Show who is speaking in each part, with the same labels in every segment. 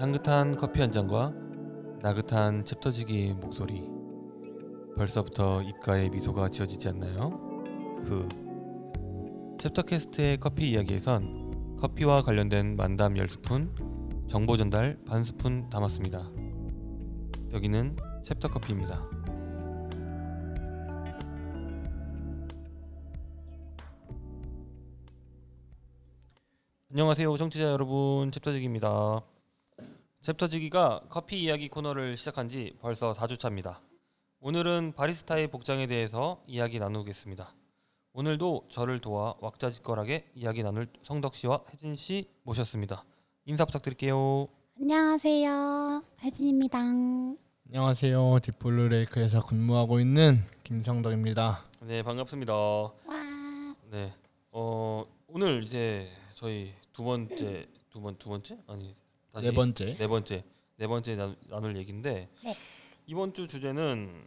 Speaker 1: 향긋한 커피 한 잔과 나긋한 챕터지기 목소리. 벌써부터 입가에 미소가 지어지지 않나요? 그 챕터캐스트의 커피 이야기에선 커피와 관련된 만담 10스푼, 정보 전달 반 스푼 담았습니다. 여기는 챕터 커피입니다. 안녕하세요, 청취자 여러분. 챕터지기입니다. 챕터지기가 커피 이야기 코너를 시작한 지 벌써 4주차입니다. 오늘은 바리스타의 복장에 대해서 이야기 나누겠습니다. 오늘도 저를 도와 왁자지껄하게 이야기 나눌 성덕 씨와 혜진 씨 모셨습니다. 인사 부탁드릴게요.
Speaker 2: 안녕하세요. 혜진입니다.
Speaker 3: 안녕하세요. 딥블루레이크에서 근무하고 있는 김성덕입니다.
Speaker 1: 네, 반갑습니다.
Speaker 2: 와.
Speaker 1: 네. 어, 오늘 이제 저희 두 번째 두 번 두 번째? 아니, 다시
Speaker 3: 네 번째.
Speaker 1: 네 번째 네 번째 나, 나눌 얘기인데
Speaker 2: 네.
Speaker 1: 이번 주 주제는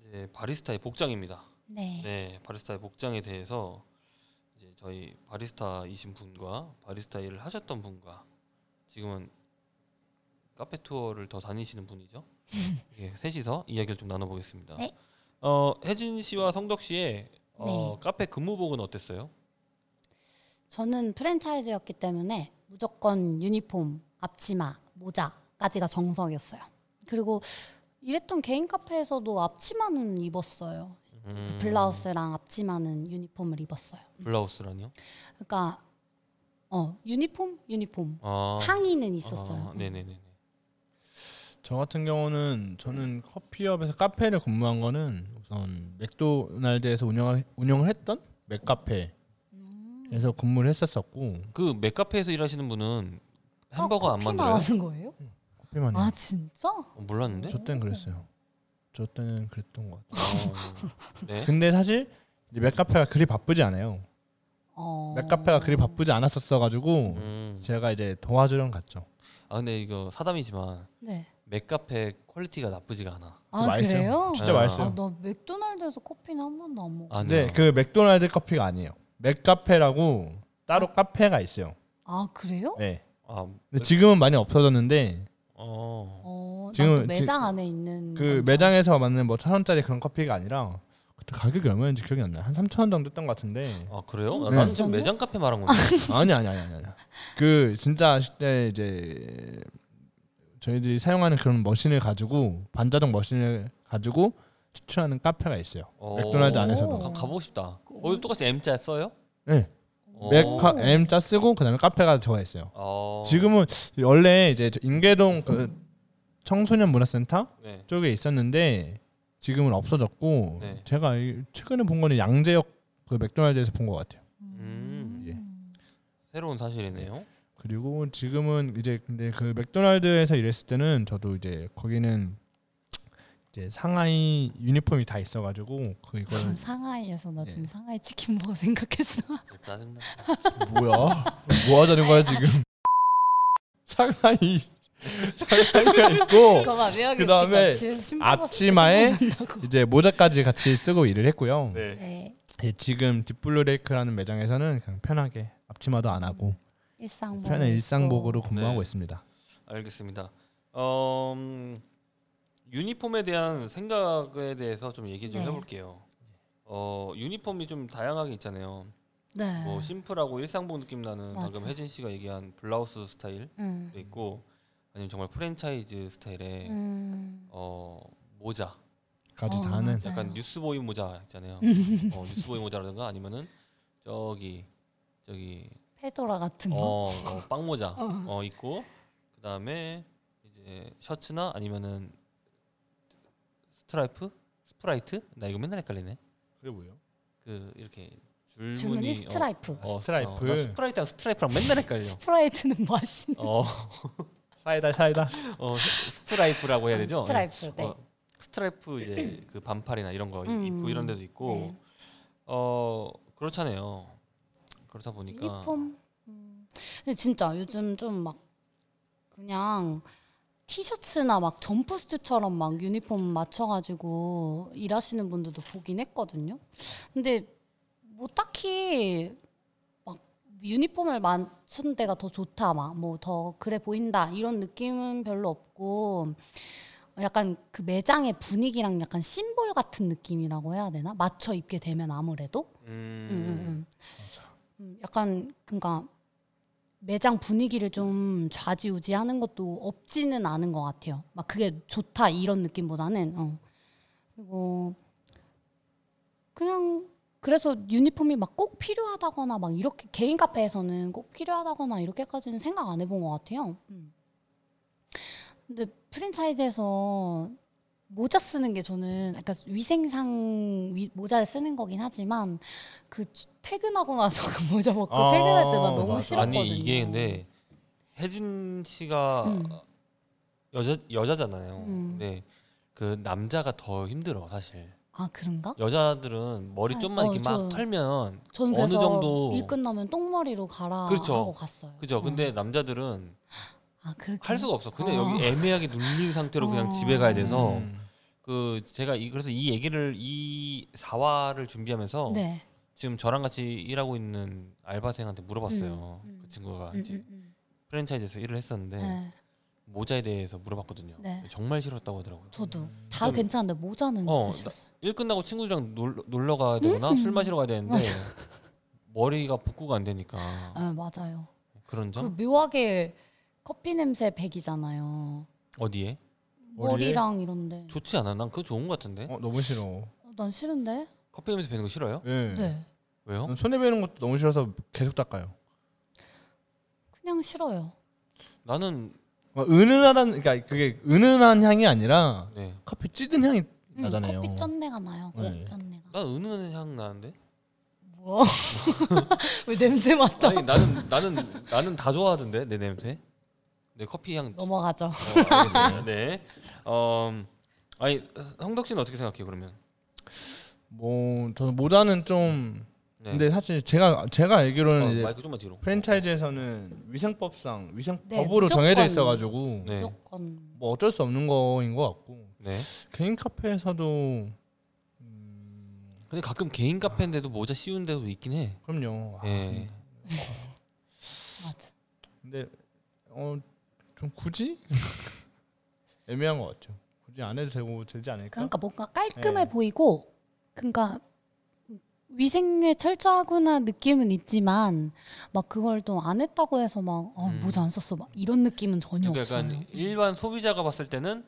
Speaker 1: 이제 바리스타의 복장입니다.
Speaker 2: 네.
Speaker 1: 네 바리스타의 복장에 대해서 이제 저희 바리스타이신 분과 바리스타 일을 하셨던 분과 지금은 카페 투어를 더 다니시는 분이죠. 예, 셋이서 이야기를 좀 나눠보겠습니다.
Speaker 2: 네.
Speaker 1: 어 혜진 씨와 성덕 씨의 어, 카페 근무복은 어땠어요?
Speaker 2: 저는 프랜차이즈였기 때문에 무조건 유니폼, 앞치마, 모자까지가 정석이었어요. 그리고 일했던 개인 카페에서도 앞치마는 입었어요. 그
Speaker 1: 음,
Speaker 2: 블라우스랑 앞치마는 유니폼을 입었어요.
Speaker 1: 블라우스라니요?
Speaker 2: 그러니까 어 유니폼, 유니폼
Speaker 1: 아,
Speaker 2: 상의는 있었어요.
Speaker 1: 아, 네네네.
Speaker 3: 저 같은 경우는 저는 커피숍에서 카페를 근무한 거는 우선 맥도날드에서 운영 운영을 했던 맥카페에서
Speaker 2: 음.
Speaker 3: 근무를 했었었고
Speaker 1: 그 맥카페에서 일하시는 분은 햄버거
Speaker 2: 아,
Speaker 1: 안
Speaker 2: 커피
Speaker 1: 만들어요?
Speaker 2: 나오는 거예요?
Speaker 3: 커피만.
Speaker 2: 아
Speaker 3: 아,
Speaker 2: 진짜?
Speaker 1: 어, 몰랐는데.
Speaker 3: 저 때는 그랬어요. 저 때는 그랬던 것 같아요.
Speaker 1: 어, 네.
Speaker 3: 근데 사실 이제 맥카페가 그리 바쁘지 않아요.
Speaker 2: 어.
Speaker 3: 맥카페가 그리 바쁘지 않았었어 가지고
Speaker 1: 음.
Speaker 3: 제가 이제 도와주러 갔죠.
Speaker 1: 아 근데 이거 사담이지만
Speaker 2: 네.
Speaker 1: 맥카페 퀄리티가 나쁘지가 않아.
Speaker 3: 좀
Speaker 2: 아
Speaker 3: 맛있어요.
Speaker 2: 그래요?
Speaker 3: 진짜
Speaker 1: 아.
Speaker 3: 맛있어요.
Speaker 2: 아, 나 맥도날드에서 커피는 한 번도 안 먹어.
Speaker 1: 아,
Speaker 3: 네, 그 맥도날드 커피가 아니에요. 맥카페라고 따로 카페가 있어요.
Speaker 2: 아 그래요?
Speaker 3: 네.
Speaker 1: 아,
Speaker 3: 근데 지금은 많이 없어졌는데
Speaker 1: 어.
Speaker 2: 어,
Speaker 3: 지금-
Speaker 2: 지금 매장
Speaker 3: 지-
Speaker 2: 안에 있는
Speaker 3: 그
Speaker 2: 건가요?
Speaker 3: 매장에서 맞는 뭐 천 원짜리 그런 커피가 아니라 그때 가격이 얼마였는지 기억이 안 나요. 한 삼천 원 정도 했던 것 같은데.
Speaker 1: 아 그래요? 아,
Speaker 3: 네.
Speaker 1: 나는 지금 매장 카페 말한 건데.
Speaker 3: 아니 아니 아니 아니. 아니. 그 진짜 그때 이제 저희들이 사용하는 그런 머신을 가지고 반자동 머신을 가지고 추출하는 카페가 있어요.
Speaker 1: 어.
Speaker 3: 맥도날드 안에서도.
Speaker 1: 가, 가보고 싶다. 거기 똑같이 M자 써요?
Speaker 3: 네.
Speaker 1: 어.
Speaker 3: 맥카 M 자 쓰고 그다음에 카페가 들어가 있어요.
Speaker 1: 어.
Speaker 3: 지금은 원래 이제 저 인계동 그 청소년 문화센터
Speaker 1: 네.
Speaker 3: 쪽에 있었는데 지금은 없어졌고
Speaker 1: 네.
Speaker 3: 제가 이- 최근에 본 거는 양재역 그 맥도날드에서 본 것 같아요.
Speaker 1: 음.
Speaker 3: 예.
Speaker 1: 새로운 사실이네요.
Speaker 3: 그리고 지금은 이제 근데 그 맥도날드에서 일했을 때는 저도 이제 거기는 이제 상하이 유니폼이 다 있어가지고 그 이걸
Speaker 2: 상하이에서 나 지금
Speaker 3: 예.
Speaker 2: 상하이 치킨 먹어 생각했어.
Speaker 1: 진짜 짜증나.
Speaker 3: 뭐야 뭐 하자는 거야 지금 상하이 상하이가 있고
Speaker 2: 그거 봐, 매력이
Speaker 3: 어, 그다음에
Speaker 2: 웃기죠? 지금
Speaker 3: 앞치마에
Speaker 2: 신발 벗고 생각난다고.
Speaker 3: 이제 모자까지 같이 쓰고 일을 했고요.
Speaker 1: 네.
Speaker 2: 네,
Speaker 3: 예, 지금 딥블루레이크라는 매장에서는 그냥 편하게 앞치마도 안 하고
Speaker 2: 일상복.
Speaker 3: 그 편한 일상복으로 근무하고
Speaker 1: 네.
Speaker 3: 있습니다.
Speaker 1: 알겠습니다. 어, 음, 유니폼에 대한 생각에 대해서 좀 얘기 좀
Speaker 2: 네.
Speaker 1: 해볼게요. 어 유니폼이 좀 다양하게 있잖아요.
Speaker 2: 네.
Speaker 1: 뭐 심플하고 일상복 느낌 나는 방금
Speaker 2: 맞아.
Speaker 1: 혜진 씨가 얘기한 블라우스 스타일
Speaker 2: 음.
Speaker 1: 도 있고 아니면 정말 프랜차이즈 스타일의
Speaker 2: 음.
Speaker 1: 어 모자
Speaker 3: 까지
Speaker 2: 어,
Speaker 3: 다 하는
Speaker 2: 맞아요.
Speaker 1: 약간 뉴스보이 모자 있잖아요 어, 뉴스보이 모자라든가 아니면은 저기 저기
Speaker 3: 예.
Speaker 2: 페도라 같은 거.
Speaker 1: 어, 어, 빵 모자 어 있고 그 다음에 이제 셔츠나 아니면은 스트라이프 스프라이트 나 이거 맨날 헷갈리네
Speaker 3: 그게 뭐예요?
Speaker 1: 그 이렇게
Speaker 2: 주문이
Speaker 1: 줄무늬
Speaker 2: 스트라이프.
Speaker 3: 아,
Speaker 1: 어, 어,
Speaker 3: 스트라이프.
Speaker 1: 나 스프라이트랑 스트라이프랑 맨날 헷갈려
Speaker 2: 스프라이트는 맛있는.
Speaker 1: 어,
Speaker 3: 사이다 사이다.
Speaker 1: 어
Speaker 3: 뭐
Speaker 1: 스트라이프라고 해야 되죠 네.
Speaker 2: 스트라이프. 네.
Speaker 3: 예.
Speaker 1: 어, 스트라이프 이제 그 반팔이나 이런 거
Speaker 2: 음,
Speaker 1: 입고 이런 데도 있고
Speaker 2: 네.
Speaker 1: 어 그렇잖아요. 그렇다 보니까
Speaker 2: 유니폼. 음. 근데 진짜 요즘 좀 막 그냥 티셔츠나 막 점프스트처럼 막 유니폼 맞춰가지고 일하시는 분들도 보긴 했거든요. 근데 뭐 딱히 막 유니폼을 맞춘 데가 더 좋다 막 뭐 더 그래 보인다 이런 느낌은 별로 없고 약간 그 매장의 분위기랑 약간 심볼 같은 느낌이라고 해야 되나 맞춰 입게 되면 아무래도 음, 음,
Speaker 1: 음,
Speaker 2: 음. 음, 약간 그러니까 매장 분위기를 좀 좌지우지하는 것도 없지는 않은 것 같아요. 막 그게 좋다 이런 느낌보다는 어. 그리고 그냥 그래서 유니폼이 막 꼭 필요하다거나 막 이렇게 개인 카페에서는 꼭 필요하다거나 이렇게까지는 생각 안 해본 것 같아요. 음. 근데 프랜차이즈에서 모자 쓰는 게 저는 약간 위생상 위- 모자를 쓰는 거긴 하지만 그 주- 퇴근하고 나서 그 모자 벗고
Speaker 3: 아,
Speaker 2: 퇴근할 때 나 너무
Speaker 3: 맞아.
Speaker 2: 싫었거든요.
Speaker 1: 아니 이게 근데 혜진 씨가
Speaker 2: 음.
Speaker 1: 여자 여자잖아요.
Speaker 2: 음.
Speaker 1: 근데 그 남자가 더 힘들어 사실.
Speaker 2: 아 그런가?
Speaker 1: 여자들은 머리
Speaker 2: 아,
Speaker 1: 좀만 이렇게
Speaker 2: 어,
Speaker 1: 막
Speaker 2: 저-
Speaker 1: 털면
Speaker 2: 저는
Speaker 1: 어느
Speaker 2: 그래서
Speaker 1: 정도-
Speaker 2: 일 끝나면 똥머리로 가라
Speaker 1: 그렇죠.
Speaker 2: 하고 갔어요.
Speaker 1: 그죠.
Speaker 2: 어.
Speaker 1: 근데 남자들은
Speaker 2: 아 그렇게
Speaker 1: 할 수가 없어. 근데
Speaker 2: 어.
Speaker 1: 여기 애매하게 눌린 상태로 그냥
Speaker 2: 어.
Speaker 1: 집에 가야 돼서
Speaker 3: 음.
Speaker 1: 그 제가 이 그래서 이 얘기를 이 사화를 준비하면서
Speaker 2: 네.
Speaker 1: 지금 저랑 같이 일하고 있는 알바생한테 물어봤어요.
Speaker 2: 음, 음.
Speaker 1: 그 친구가
Speaker 2: 음,
Speaker 1: 이제
Speaker 2: 음, 음.
Speaker 1: 프랜차이즈에서 일을 했었는데
Speaker 2: 네.
Speaker 1: 모자에 대해서 물어봤거든요.
Speaker 2: 네.
Speaker 1: 정말 싫었다고 하더라고요.
Speaker 2: 저도 다
Speaker 1: 좀-
Speaker 2: 괜찮은데 모자는
Speaker 1: 어,
Speaker 2: 쓰셨어요.
Speaker 1: 일 끝나고 친구들이랑 놀러, 놀러 가야
Speaker 2: 음.
Speaker 1: 되거나 술 마시러 가야 되는데 머리가 복구가 안 되니까
Speaker 2: 네, 맞아요.
Speaker 1: 그런
Speaker 2: 그
Speaker 1: 점
Speaker 2: 묘하게 커피 냄새 백이잖아요.
Speaker 1: 어디에
Speaker 2: 음.
Speaker 3: 머리에?
Speaker 2: 머리랑 이런데.
Speaker 1: 좋지 않아? 난 그거 좋은 것 같은데
Speaker 3: 어, 너무 싫어.
Speaker 2: 어, 난 싫은데.
Speaker 1: 커피 냄새 배는 거 싫어요?
Speaker 3: 예.
Speaker 2: 네.
Speaker 1: 왜요?
Speaker 3: 난 손에 베는 것도 너무 싫어서 계속 닦아요.
Speaker 2: 그냥 싫어요.
Speaker 1: 나는
Speaker 3: 막 어, 은은하다는 그러니까 그게 은은한 향이 아니라
Speaker 1: 네.
Speaker 3: 커피 찌든 향이
Speaker 2: 음,
Speaker 3: 나잖아요.
Speaker 2: 커피 쩐내가 나요. 커피
Speaker 3: 네.
Speaker 2: 쩐내가.
Speaker 1: 난 은은한 향 나는데
Speaker 2: 뭐? 왜 냄새 맡아?
Speaker 1: 아니 나는 나는 나는 다 좋아하던데 내 냄새 내 커피 향 어,
Speaker 2: 넘어가죠.
Speaker 1: 알겠습니다. 네. 어, 아니 성덕 씨는 어떻게 생각해요 그러면?
Speaker 3: 뭐 저는 모자는 좀
Speaker 1: 네.
Speaker 3: 근데 사실 제가 제가 알기로는
Speaker 1: 어,
Speaker 3: 이제
Speaker 1: 마이크 좀만 뒤로.
Speaker 3: 프랜차이즈에서는 위생법상
Speaker 2: 네,
Speaker 3: 위생법으로
Speaker 2: 무조건.
Speaker 3: 정해져 있어가지고
Speaker 1: 네.
Speaker 2: 무조건.
Speaker 3: 뭐 어쩔 수 없는 거인 것 같고
Speaker 1: 네.
Speaker 3: 개인 카페에서도
Speaker 1: 근데 가끔 개인 카페인데도 모자 씌운 데도 있긴 해.
Speaker 3: 그럼요. 아,
Speaker 1: 예.
Speaker 2: 맞아.
Speaker 3: 근데 어 좀 굳이 애매한 것 같아요. 굳이 안 해도 되고 되지 않을까?
Speaker 2: 그러니까 뭔가 깔끔해
Speaker 3: 네.
Speaker 2: 보이고 그러니까 위생에 철저하구나 느낌은 있지만 막 그걸 또 안 했다고 해서 막 어,
Speaker 1: 음.
Speaker 2: 모자 안 썼어 막 이런 느낌은 전혀
Speaker 1: 그러니까
Speaker 2: 없어요.
Speaker 1: 약간 일반 소비자가 봤을 때는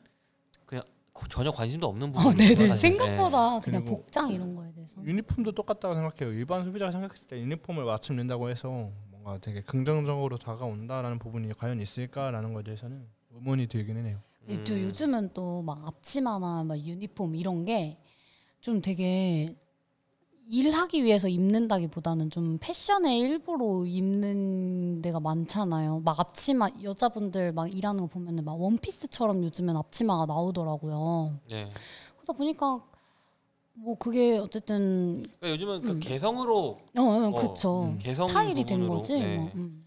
Speaker 1: 그냥 고- 전혀 관심도 없는
Speaker 2: 어,
Speaker 1: 부분.
Speaker 2: 네네 생각보다 그냥
Speaker 3: 그리고
Speaker 2: 복장 이런 거에 대해서
Speaker 1: 음.
Speaker 3: 유니폼도 똑같다고 생각해요. 일반 소비자가 생각했을 때 유니폼을 맞춤낸다고 해서 뭔가 되게 긍정적으로 다가온다라는 부분이 과연 있을까라는 거에 대해서는 의문이 들기는 해요.
Speaker 1: 네.
Speaker 2: 근데 예,
Speaker 1: 음.
Speaker 2: 또 요즘은 또 막 앞치마나 막 유니폼 이런 게 좀 되게 일하기 위해서 입는다기보다는 좀 패션의 일부로 입는 데가 많잖아요. 막 앞치마 여자분들 막 일하는 거 보면은 막 원피스처럼 요즘엔 앞치마가 나오더라고요.
Speaker 1: 네.
Speaker 2: 그러다 보니까 뭐 그게 어쨌든
Speaker 1: 그러니까 요즘은 그
Speaker 2: 음.
Speaker 1: 개성으로
Speaker 2: 어, 어,
Speaker 1: 어,
Speaker 2: 그쵸
Speaker 3: 음.
Speaker 1: 개성
Speaker 2: 스타일이 된
Speaker 1: 부분으로,
Speaker 2: 거지.
Speaker 1: 네.
Speaker 2: 뭐, 음.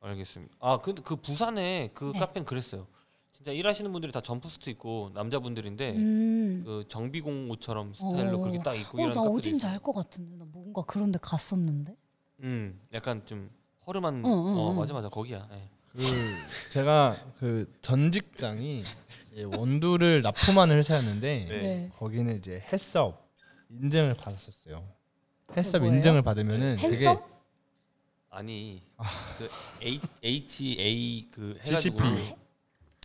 Speaker 1: 알겠습니다. 아 근데 그 부산에 그
Speaker 2: 네.
Speaker 1: 카페는 그랬어요. 진짜 일하시는 분들이 다 점프스트 입고 남자분들인데
Speaker 2: 음.
Speaker 1: 그 정비공 옷처럼 스타일로
Speaker 2: 어.
Speaker 1: 그렇게 딱 입고
Speaker 2: 어,
Speaker 1: 뭐 이런
Speaker 2: 나
Speaker 1: 카페도
Speaker 2: 어딘지
Speaker 1: 있어요.
Speaker 2: 알 것 같은데 나 뭔가 그런데 갔었는데.
Speaker 1: 음, 약간 좀 허름한.
Speaker 2: 응, 응,
Speaker 1: 어
Speaker 2: 응.
Speaker 1: 맞아 맞아 거기야. 예.
Speaker 3: 그 제가 그 전 직장이 이제 원두를 납품하는 회사였는데
Speaker 1: 네.
Speaker 3: 거기는 이제 햇섭 인증을 받았었어요. 햇섭
Speaker 2: 뭐예요?
Speaker 3: 인증을 받으면은
Speaker 2: 핸섬?
Speaker 1: 아니 그 H A 그 해가지고
Speaker 3: GCP.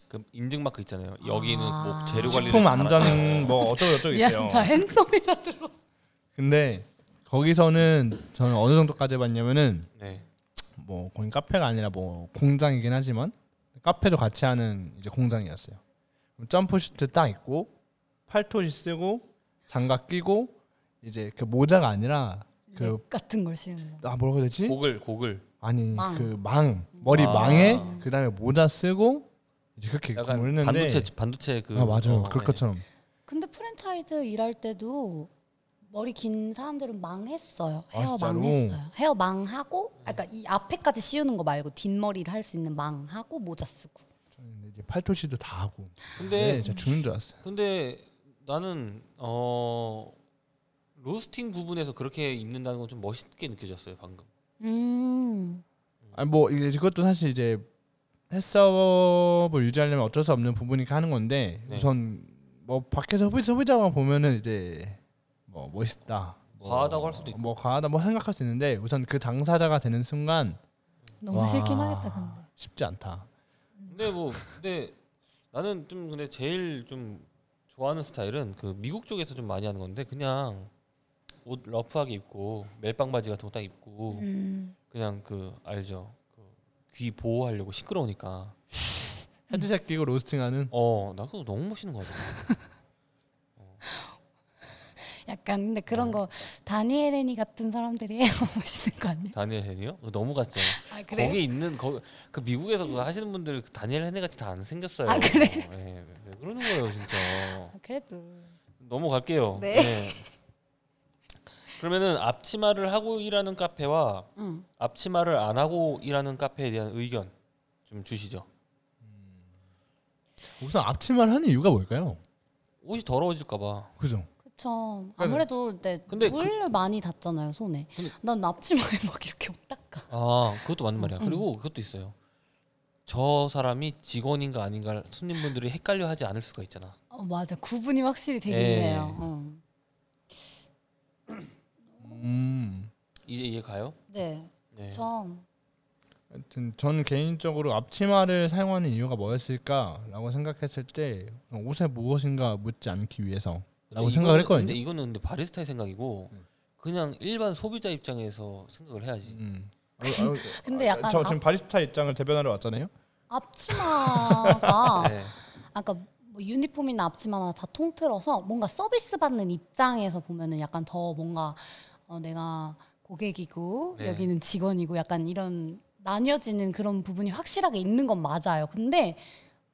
Speaker 1: 그 인증 마크 있잖아요. 여기는
Speaker 2: 아.
Speaker 1: 뭐 재료 관리
Speaker 3: 식품 안전 뭐 어쩌고
Speaker 1: 네.
Speaker 3: 저쩌고 있어요.
Speaker 2: 미안, 나 핸섬이라 들어.
Speaker 3: 근데 거기서는 저는 어느 정도까지 봤냐면은
Speaker 1: 네.
Speaker 3: 뭐 거긴 카페가 아니라 뭐 공장이긴 하지만 카페도 같이 하는 이제 공장이었어요. 그럼 점프 슈트 딱 입고 팔토시 쓰고 장갑 끼고 이제 그 모자가 아니라 그-
Speaker 2: 랩 같은 걸 씌우는 거.
Speaker 3: 아 뭐라고 해야 되지?
Speaker 1: 고글 고글.
Speaker 3: 아니
Speaker 2: 망.
Speaker 3: 그 망 머리
Speaker 1: 아.
Speaker 3: 망에 그다음에 모자 쓰고 이제 그렇게
Speaker 1: 약간
Speaker 3: 근무를 했는데
Speaker 1: 반도체 반도체 그
Speaker 3: 아 맞아요
Speaker 1: 어,
Speaker 3: 그럴 것처럼
Speaker 2: 근데 프랜차이즈 일할 때도 머리 긴 사람들은 망했어요.
Speaker 3: 아,
Speaker 2: 헤어
Speaker 3: 진짜로?
Speaker 2: 망했어요. 헤어 망하고, 아, 그러니까 이 앞에까지 씌우는 거 말고 뒷머리를 할 수 있는 망하고 모자 쓰고.
Speaker 3: 저는 이제 팔토시도 다 하고
Speaker 1: 근데
Speaker 3: 네, 제가 죽는 줄 알았어요.
Speaker 1: 근데 나는 어 로스팅 부분에서 그렇게 입는다는 건 좀 멋있게 느껴졌어요 방금.
Speaker 2: 음.
Speaker 3: 아니 뭐 이게 그것도 사실 이제 햇섭을 유지하려면 어쩔 수 없는 부분이니까 하는 건데
Speaker 1: 네.
Speaker 3: 우선 뭐 밖에서 소비, 소비자만 보면은 이제 뭐 멋있다. 뭐,
Speaker 1: 과하다고 할 수도 있고.
Speaker 3: 뭐 과하다 뭐 생각할 수 있는데 우선 그 당사자가 되는 순간
Speaker 4: 너무
Speaker 3: 와.
Speaker 4: 싫긴 하겠다 근데.
Speaker 3: 쉽지 않다.
Speaker 1: 근데 뭐 근데 나는 좀 근데 제일 좀 좋아하는 스타일은 그 미국 쪽에서 좀 많이 하는 건데 그냥 옷 러프하게 입고 멜빵 바지 같은 거 딱 입고
Speaker 2: 음.
Speaker 1: 그냥 그 알죠 그 귀 보호하려고 시끄러우니까
Speaker 3: 헤드셋 끼고 로스팅하는
Speaker 1: 어나 그거 너무 멋있는 거 같아
Speaker 4: 약간
Speaker 2: 근데 그런 거 다니엘 애니 같은 사람들이 해보시는 거 아니에요?
Speaker 1: 다니엘 헤니요 그거 너무 같죠
Speaker 2: 아
Speaker 1: 거기 있는 거, 그 미국에서 그거 하시는 분들 그 다니엘 헤네 같이 다 안 생겼어요
Speaker 2: 아, 그래요?
Speaker 1: 예, 왜 그러는 거예요 진짜
Speaker 2: 아, 그래도
Speaker 1: 넘어갈게요
Speaker 2: 네.
Speaker 1: 예. 그러면은 앞치마를 하고 일하는 카페와
Speaker 2: 응.
Speaker 1: 앞치마를 안 하고 일하는 카페에 대한 의견 좀 주시죠.
Speaker 3: 우선 앞치마를 하는 이유가 뭘까요?
Speaker 1: 옷이 더러워질까봐.
Speaker 3: 그죠?
Speaker 2: 그쵸. 아무래도 네,
Speaker 1: 근데 그
Speaker 2: 물 많이 닿잖아요 손에.
Speaker 1: 근데-
Speaker 2: 난 앞치마에 막 이렇게 막 닦아.
Speaker 1: 아 그것도 맞는
Speaker 2: 음,
Speaker 1: 말이야. 그리고 그것도 있어요. 저 사람이 직원인가 아닌가 손님분들이 헷갈려 하지 않을 수가 있잖아.
Speaker 2: 어, 맞아 구분이 확실히 되긴
Speaker 1: 예.
Speaker 2: 해요. 어. 응.
Speaker 3: 음.
Speaker 1: 이제 이해 가요?
Speaker 2: 네.
Speaker 1: 네.
Speaker 2: 그쵸.
Speaker 3: 하여튼 저는 개인적으로 앞치마를 사용하는 이유가 뭐였을까라고 생각했을 때 옷에 무엇인가 묻지 않기 위해서라고
Speaker 1: 근데
Speaker 3: 생각을
Speaker 1: 이거는-
Speaker 3: 했거든요.
Speaker 1: 근데 이거는 근데 바리스타의 생각이고 그냥 일반 소비자 입장에서 생각을 해야지.
Speaker 3: 음. 아유, 아유,
Speaker 2: 근데
Speaker 3: 아,
Speaker 2: 약간
Speaker 3: 저
Speaker 2: 앞-
Speaker 3: 지금 바리스타 입장을 대변하러 왔잖아요.
Speaker 2: 앞치마가
Speaker 3: 음.
Speaker 1: 네.
Speaker 2: 아까 뭐 유니폼이나 앞치마나 다 통틀어서 뭔가 서비스 받는 입장에서 보면은 약간 더 뭔가 어, 내가 고객이고
Speaker 1: 네.
Speaker 2: 여기는 직원이고 약간 이런 나뉘어지는 그런 부분이 확실하게 있는 건 맞아요. 근데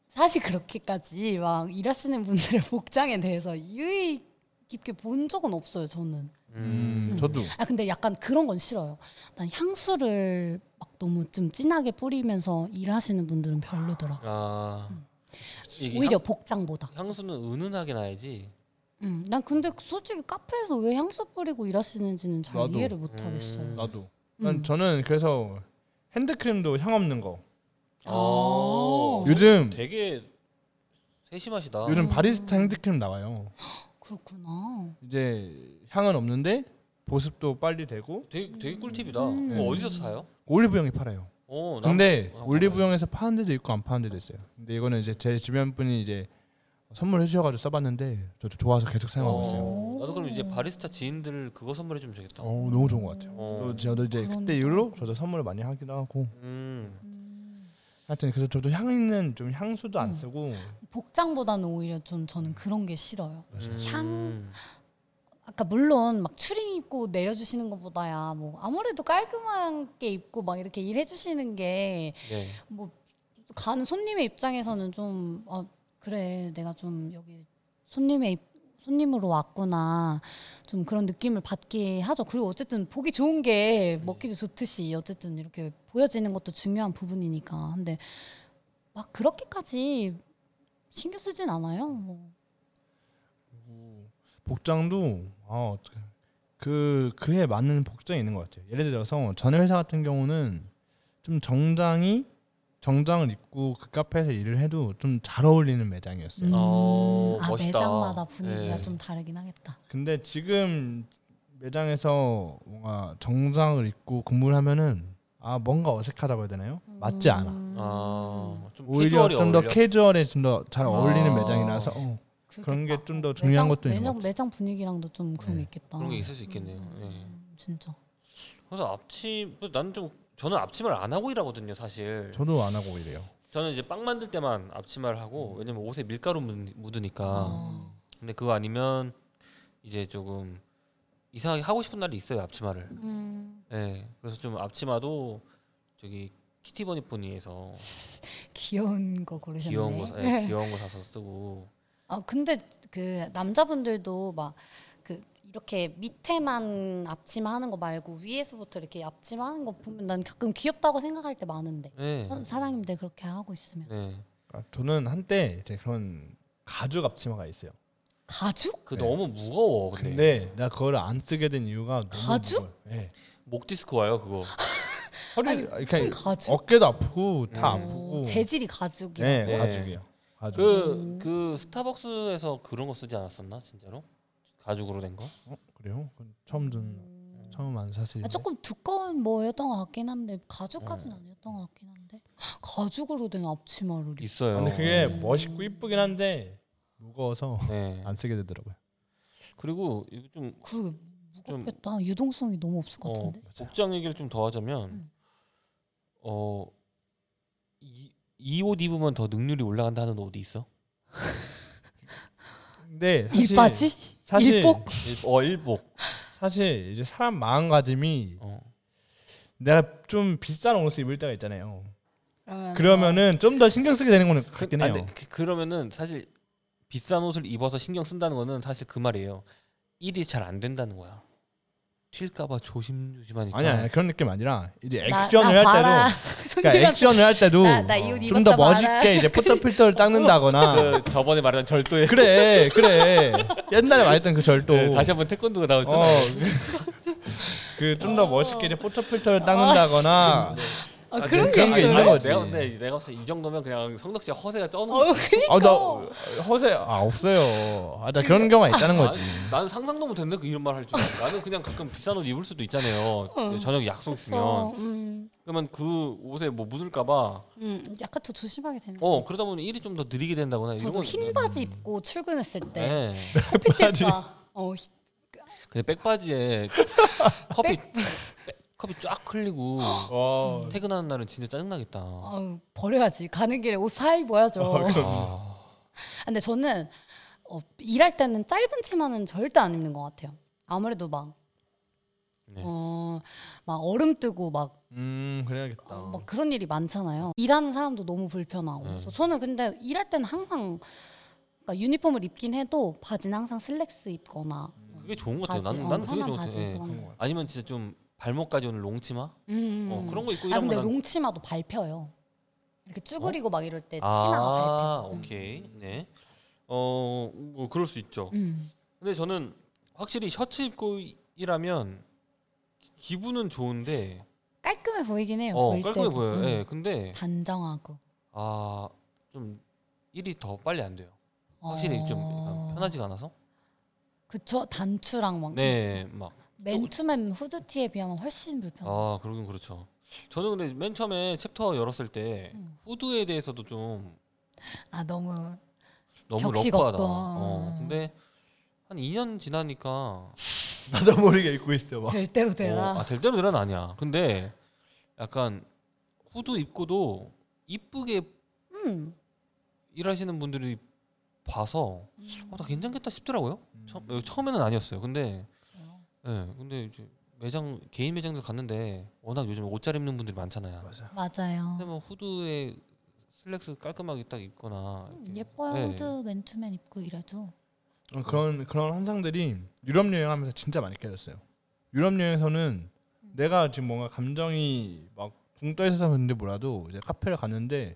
Speaker 2: 사실 그렇게까지 막 일하시는 분들의 복장에 대해서 유의 깊게 본 적은 없어요. 저는.
Speaker 1: 음.
Speaker 2: 음.
Speaker 3: 저도
Speaker 2: 아 근데 약간 그런 건 싫어요. 난 향수를 막 너무 좀 진하게 뿌리면서 일하시는 분들은 별로더라.
Speaker 1: 아
Speaker 3: 음.
Speaker 1: 이게
Speaker 2: 오히려 복장보다.
Speaker 1: 향, 수는 은은하게 나야지.
Speaker 2: 음, 난 근데 솔직히 카페에서 왜 향수 뿌리고 일하시는지는 잘
Speaker 3: 나도.
Speaker 2: 이해를 못 하겠어요.
Speaker 1: 음.
Speaker 3: 나도. 난
Speaker 2: 음.
Speaker 3: 저는 그래서 핸드크림도 향 없는 거.
Speaker 2: 아.
Speaker 1: 어,
Speaker 3: 요즘
Speaker 1: 되게 세심하시다.
Speaker 3: 요즘 바리스타 핸드크림 나와요.
Speaker 2: 그렇구나.
Speaker 3: 이제 향은 없는데 보습도 빨리 되고
Speaker 1: 되게 되게 꿀팁이다.
Speaker 2: 음.
Speaker 1: 그거 어디서 사요?
Speaker 3: 올리브영이 팔아요.
Speaker 1: 어, 나-
Speaker 3: 근데
Speaker 1: 나-
Speaker 3: 올리브영에서 파는 데도 있고 안 파는 데도 있어요. 근데 이거는 이제 제 주변 분이 이제 선물해 주셔가지고 써봤는데 저도 좋아서 계속 사용하고 있어요.
Speaker 1: 어, 나도 그럼 이제 바리스타 지인들 그거 선물해 주면 되겠다.
Speaker 3: 어, 너무 좋은 것 같아요.
Speaker 1: 어.
Speaker 3: 또 저도 이제 그때 이후로 저도 선물을 많이 하기도 하고
Speaker 1: 음.
Speaker 3: 하여튼 그래서 저도 향 있는 좀 향수도
Speaker 2: 음.
Speaker 3: 안 쓰고
Speaker 2: 복장보다는 오히려 좀 저는 그런 게 싫어요. 음.
Speaker 1: 향.
Speaker 2: 아까 물론 막 추링 입고 내려주시는 것보다야 뭐 아무래도 깔끔하게 입고 막 이렇게 일해주시는 게
Speaker 1: 네.
Speaker 2: 뭐 가는 손님의 입장에서는 좀 아, 그래 내가 좀 여기 손님의 입- 손님으로 왔구나 좀 그런 느낌을 받게 하죠. 그리고 어쨌든 보기 좋은 게
Speaker 1: 음.
Speaker 2: 먹기도 좋듯이 어쨌든 이렇게 보여지는 것도 중요한 부분이니까. 근데 막 그렇게까지 신경 쓰진 않아요. 뭐.
Speaker 3: 복장도 아 어떻게 그 그에 맞는 복장이 있는 것 같아요. 예를 들어서 전에 회사 같은 경우는 좀 정장이 정장을 입고 그 카페에서 일을 해도 좀 잘 어울리는 매장이었어요.
Speaker 1: 어,
Speaker 2: 음. 아
Speaker 1: 멋있다.
Speaker 2: 매장마다 분위기가
Speaker 1: 네.
Speaker 2: 좀 다르긴 하겠다.
Speaker 3: 근데 지금 매장에서 뭔가 정장을 입고 근무를 하면은 아 뭔가 어색하다고 해야 되나요? 맞지 않아.
Speaker 2: 음,
Speaker 1: 아, 좀
Speaker 3: 오히려
Speaker 1: 캐주얼이
Speaker 3: 좀 더
Speaker 1: 어울려.
Speaker 3: 캐주얼에 좀 더 잘 어울리는
Speaker 1: 아.
Speaker 3: 매장이라서 어, 그런 게
Speaker 2: 그렇겠다.
Speaker 3: 좀 더 중요한 것도 있는 것
Speaker 2: 매장,
Speaker 3: 같아요.
Speaker 2: 매장 분위기랑도 좀 그런 게
Speaker 3: 네.
Speaker 1: 예.
Speaker 2: 있겠다.
Speaker 1: 그런 게 있을 수 있겠네요. 예.
Speaker 2: 음, 진짜.
Speaker 1: 그래서 앞치 나는 좀 저는 앞치마를 안 하고 일하거든요, 사실.
Speaker 3: 저도 안 하고 이래요.
Speaker 1: 저는 이제 빵 만들 때만 앞치마를
Speaker 2: 음.
Speaker 1: 하고 왜냐면 옷에 밀가루 묻- 묻으니까.
Speaker 2: 어.
Speaker 1: 근데 그거 아니면 이제 조금 이상하게 하고 싶은 날이 있어요, 앞치마를.
Speaker 2: 음.
Speaker 1: 예. 그래서 좀 앞치마도 저기 키티 버니포니에서
Speaker 2: 귀여운 거 고르셨네.
Speaker 1: 귀여운 거 사, 예, 귀여운 거 사서 쓰고
Speaker 2: 아 근데 그 남자분들도 막 그 이렇게 밑에만 앞치마 하는 거 말고 위에서부터 이렇게 앞치마 하는 거 보면 난 가끔 귀엽다고 생각할 때 많은데
Speaker 1: 네.
Speaker 2: 선- 사장님들 그렇게 하고 있으면
Speaker 1: 네.
Speaker 3: 아, 저는 한때 이제 그런 가죽 앞치마가 있어요.
Speaker 2: 가죽?
Speaker 1: 그
Speaker 3: 네.
Speaker 1: 너무 무거워. 근데,
Speaker 3: 근데 내가 그걸 안 쓰게 된 이유가 너무
Speaker 2: 가죽?
Speaker 3: 무거워요. 네.
Speaker 1: 목 디스크 와요, 그거.
Speaker 3: 허리
Speaker 2: 아니, 무슨
Speaker 1: 네.
Speaker 3: 이렇게
Speaker 2: 가죽?
Speaker 3: 그러니까 어깨도 아프고 다
Speaker 1: 음.
Speaker 3: 아프고.
Speaker 2: 재질이 가죽이야.
Speaker 3: 네,
Speaker 1: 네.
Speaker 3: 가죽이요. 가죽.
Speaker 2: 음.
Speaker 1: 그, 그 스타벅스에서 그런 거 쓰지 않았었나 진짜로? 가죽으로 된 거?
Speaker 3: 어, 그래요? 그건 처음 듣는 처음 안 사실.
Speaker 2: 아, 조금 두꺼운 뭐였던 것 같긴 한데
Speaker 1: 네.
Speaker 2: 가죽까지는 아니었던 것 같긴 한데 가죽으로 된 앞치마를 입-
Speaker 1: 있어요.
Speaker 3: 근데 그게 뭐
Speaker 2: 음.
Speaker 3: 멋있고 이쁘긴 한데 무거워서
Speaker 1: 네.
Speaker 3: 안 쓰게 되더라고요.
Speaker 1: 그리고 이거 좀
Speaker 2: 그
Speaker 1: 좀-
Speaker 2: 무겁겠다. 유동성이 너무 없을 것
Speaker 1: 어,
Speaker 2: 같은데.
Speaker 1: 복장 얘기를 좀 더 하자면
Speaker 2: 음.
Speaker 1: 어, 이 옷 입으면 더 능률이 올라간다 하는 옷이 있어?
Speaker 3: 근데 사실
Speaker 2: 일바지?
Speaker 3: 사실
Speaker 2: 일복?
Speaker 1: 일- 어 일복.
Speaker 3: 사실 이제 사람 마음가짐이
Speaker 1: 어.
Speaker 3: 내가 좀 비싼 옷을 입을 때가 있잖아요.
Speaker 4: 그러면
Speaker 3: 그러면은 좀 더 신경 쓰게 되는 거는
Speaker 1: 그,
Speaker 3: 같긴
Speaker 1: 아,
Speaker 3: 해요.
Speaker 1: 근데 그- 그러면은 사실 비싼 옷을 입어서 신경 쓴다는 거는 사실 그 말이에요. 일이 잘 안 된다는 거야. 튈까봐 조심조심하니까.
Speaker 3: 아니 아니 그런 느낌 아니라 이제
Speaker 4: 나-
Speaker 3: 액션을
Speaker 4: 나
Speaker 3: 할
Speaker 4: 봐라.
Speaker 3: 때도 그러니까 액션을 할 때도
Speaker 4: 나나이옷
Speaker 3: 좀 더
Speaker 4: 입었다 봐라.
Speaker 3: 멋있게 이제 포터 필터를 닦는다거나
Speaker 1: 그 저번에 말한 절도에
Speaker 3: 그래 그래 옛날에 말했던 그 절도
Speaker 1: 네, 다시 한번 태권도가 나왔잖아.
Speaker 3: 어, 그 좀 더 멋있게 이제 포터 필터를
Speaker 4: 어.
Speaker 3: 닦는다거나
Speaker 4: 아,
Speaker 1: 아,
Speaker 4: 그런
Speaker 1: 진짜?
Speaker 4: 게
Speaker 3: 그런 게
Speaker 4: 있어요.
Speaker 3: 있는
Speaker 1: 아니,
Speaker 3: 거지.
Speaker 1: 내가 근데 내가 봤을 때이 정도면 그냥 성덕 씨가 허세가 쩌는
Speaker 4: 어,
Speaker 1: 거.
Speaker 2: 그러니까.
Speaker 4: 그니까.
Speaker 3: 아, 나 허세 아 없어요. 아, 나 그런 경우가 있다는 거지.
Speaker 1: 나는 상상도 못했는데 그 이런 말 할 줄. 나는 그냥 가끔 비싼 옷 입을 수도 있잖아요. 저녁 약속 있으면
Speaker 2: 어. 그래서 음,
Speaker 1: 그러면 그 옷에 뭐 묻을까봐.
Speaker 2: 음, 약간 더 조심하게 되는. 거.
Speaker 1: 어 그러다 보면 일이 좀 더 느리게 된다거나 이런
Speaker 2: 저도
Speaker 1: 건.
Speaker 2: 흰 바지 입고 출근했을 때
Speaker 1: 네.
Speaker 2: 커피 뜰까. 어, 흰-
Speaker 1: 근데 백바지에 커피 백- 커피 쫙 흘리고
Speaker 3: 와.
Speaker 1: 퇴근하는 날은 진짜 짜증나겠다. 아,
Speaker 2: 아유, 어, 버려야지. 가는 길에 옷 사입어야죠.
Speaker 1: 아,
Speaker 2: 아, 근데 저는 어, 일할 때는 짧은 치마는 절대 안 입는 것 같아요. 아무래도 막,
Speaker 1: 네.
Speaker 2: 어, 막 얼음 뜨고 막,
Speaker 3: 음 그래야겠다.
Speaker 2: 어, 막 그런 일이 많잖아요. 일하는 사람도 너무 불편하고.
Speaker 1: 네.
Speaker 2: 그래서 저는 근데 일할 때는 항상 그러니까 유니폼을 입긴 해도 바지는 항상 슬랙스 입거나
Speaker 1: 그게 좋은 것 같아요.
Speaker 2: 바지,
Speaker 1: 나는
Speaker 2: 어,
Speaker 1: 나는 되게
Speaker 2: 편한
Speaker 1: 좋은 것
Speaker 2: 바지
Speaker 1: 같아요. 예.
Speaker 2: 그런 거.
Speaker 1: 아니면 진짜 좀 발목까지 오는 롱치마
Speaker 2: 음.
Speaker 1: 어, 그런 거 입고
Speaker 2: 아
Speaker 1: 이런
Speaker 2: 근데
Speaker 1: 거. 난-
Speaker 2: 롱치마도 밟혀요. 이렇게 쭈그리고 막 이럴 때
Speaker 1: 아
Speaker 2: 치마가 밟혀.
Speaker 1: 오케이 네. 어뭐 그럴 수 있죠.
Speaker 2: 음.
Speaker 1: 근데 저는 확실히 셔츠 입고 일하면 기- 기분은 좋은데
Speaker 2: 깔끔해 보이긴 해요.
Speaker 1: 어
Speaker 2: 보일
Speaker 1: 깔끔해
Speaker 2: 때도.
Speaker 1: 보여요.
Speaker 2: 음.
Speaker 1: 예, 근데
Speaker 2: 단정하고
Speaker 1: 아 좀 일이 더 빨리 안 돼요. 확실히
Speaker 2: 어.
Speaker 1: 좀 약간 편하지가 않아서.
Speaker 2: 그쵸 단추랑 막
Speaker 1: 네, 막
Speaker 2: 맨투맨 후드티에 비하면 훨씬 불편. 해
Speaker 1: 아, 그러긴 그렇죠. 저는 근데 맨 처음에 챕터 열었을 때
Speaker 2: 음.
Speaker 1: 후드에 대해서도 좀
Speaker 4: 아 너무
Speaker 1: 너무
Speaker 2: 격식
Speaker 1: 러프하다.
Speaker 2: 없고.
Speaker 1: 어, 근데 한 2년 지나니까
Speaker 3: 나도 모르게 입고 있어 막.
Speaker 4: 될 대로
Speaker 1: 어,
Speaker 4: 되라.
Speaker 1: 아, 될 대로 되라는 아니야. 근데 약간 후드 입고도 이쁘게
Speaker 2: 음.
Speaker 1: 일하시는 분들이 봐서
Speaker 2: 음.
Speaker 1: 어, 나 괜찮겠다 싶더라고요. 처음, 어, 처음에는 아니었어요. 근데 예, 근데 이제 매장 개인 매장들 갔는데 워낙 요즘 옷 잘 입는 분들이 많잖아요.
Speaker 3: 맞아.
Speaker 2: 맞아요.
Speaker 1: 근데 뭐 후드에 슬랙스 깔끔하게 딱 입거나
Speaker 2: 음,
Speaker 1: 이렇게
Speaker 2: 예뻐요
Speaker 1: 네.
Speaker 2: 후드 맨투맨 입고 이래도
Speaker 3: 어, 그런 그런 환상들이 유럽 여행하면서 진짜 많이 깨졌어요. 유럽 여행에서는 내가 지금 뭔가 감정이 막 붕떠 있어서 그런데 뭐라도 이제 카페를 갔는데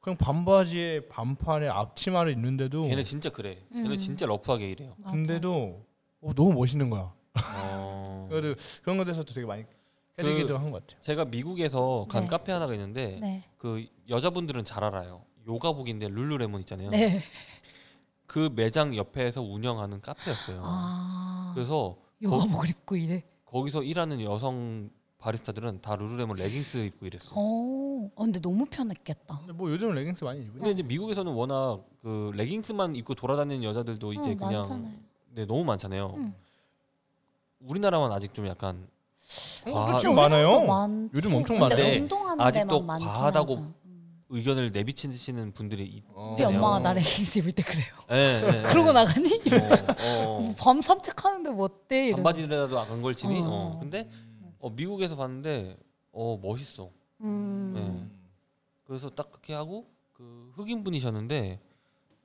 Speaker 3: 그냥 반바지에 반팔에 앞치마를 입는데도
Speaker 1: 걔네 진짜 그래. 걔네
Speaker 2: 음.
Speaker 1: 진짜 러프하게 일해요.
Speaker 2: 맞아.
Speaker 3: 근데도 어, 너무 멋있는 거야.
Speaker 1: 어. 그
Speaker 3: 그래도 그런 것에서도 되게 많이 깨지기도 한 것 같아요.
Speaker 1: 제가 미국에서 간
Speaker 2: 네.
Speaker 1: 카페 하나가 있는데
Speaker 2: 네.
Speaker 1: 그 여자분들은 잘 알아요. 요가복인데 룰루레몬 있잖아요.
Speaker 2: 네.
Speaker 1: 그 매장 옆에서 운영하는 카페였어요.
Speaker 2: 아.
Speaker 1: 그래서
Speaker 4: 요가복을 입고 이래.
Speaker 1: 거기서 일하는 여성 바리스타들은 다 룰루레몬 레깅스 입고 이랬어. 요
Speaker 2: 오. 어, 근데 너무 편했겠다.
Speaker 1: 어,
Speaker 3: 근데 뭐 요즘 레깅스 많이 입으니까
Speaker 2: 네.
Speaker 1: 근데 이제 미국에서는 워낙 그 레깅스만 입고 돌아다니는 여자들도 이제
Speaker 2: 어,
Speaker 1: 그냥
Speaker 2: 많잖아요.
Speaker 1: 네, 너무 많잖아요.
Speaker 2: 음.
Speaker 1: 우리나라만 아직 좀 약간
Speaker 3: 한국도
Speaker 1: 아,
Speaker 3: 지금 많아요.
Speaker 2: 많지.
Speaker 3: 요즘 엄청
Speaker 2: 근데
Speaker 1: 많은데
Speaker 2: 운동하는
Speaker 1: 아직도
Speaker 2: 데만 많긴
Speaker 1: 과하다고 어.
Speaker 2: 하죠. 음.
Speaker 1: 의견을 내비치시는 분들이 있-
Speaker 3: 어.
Speaker 2: 우리
Speaker 1: 그래요.
Speaker 2: 엄마가 나 레깅스 입을 때 그래요.
Speaker 1: 예, 예, 예.
Speaker 4: 그러고 나가니? 이러.
Speaker 1: 어, 어.
Speaker 4: 밤 산책하는데 뭐 어때? 이러.
Speaker 1: 반바지라도 안 걸치니? 어.
Speaker 4: 어.
Speaker 1: 근데 어, 미국에서 봤는데 어 멋있어.
Speaker 2: 음.
Speaker 1: 네. 그래서 딱 그렇게 하고 그 흑인 분이셨는데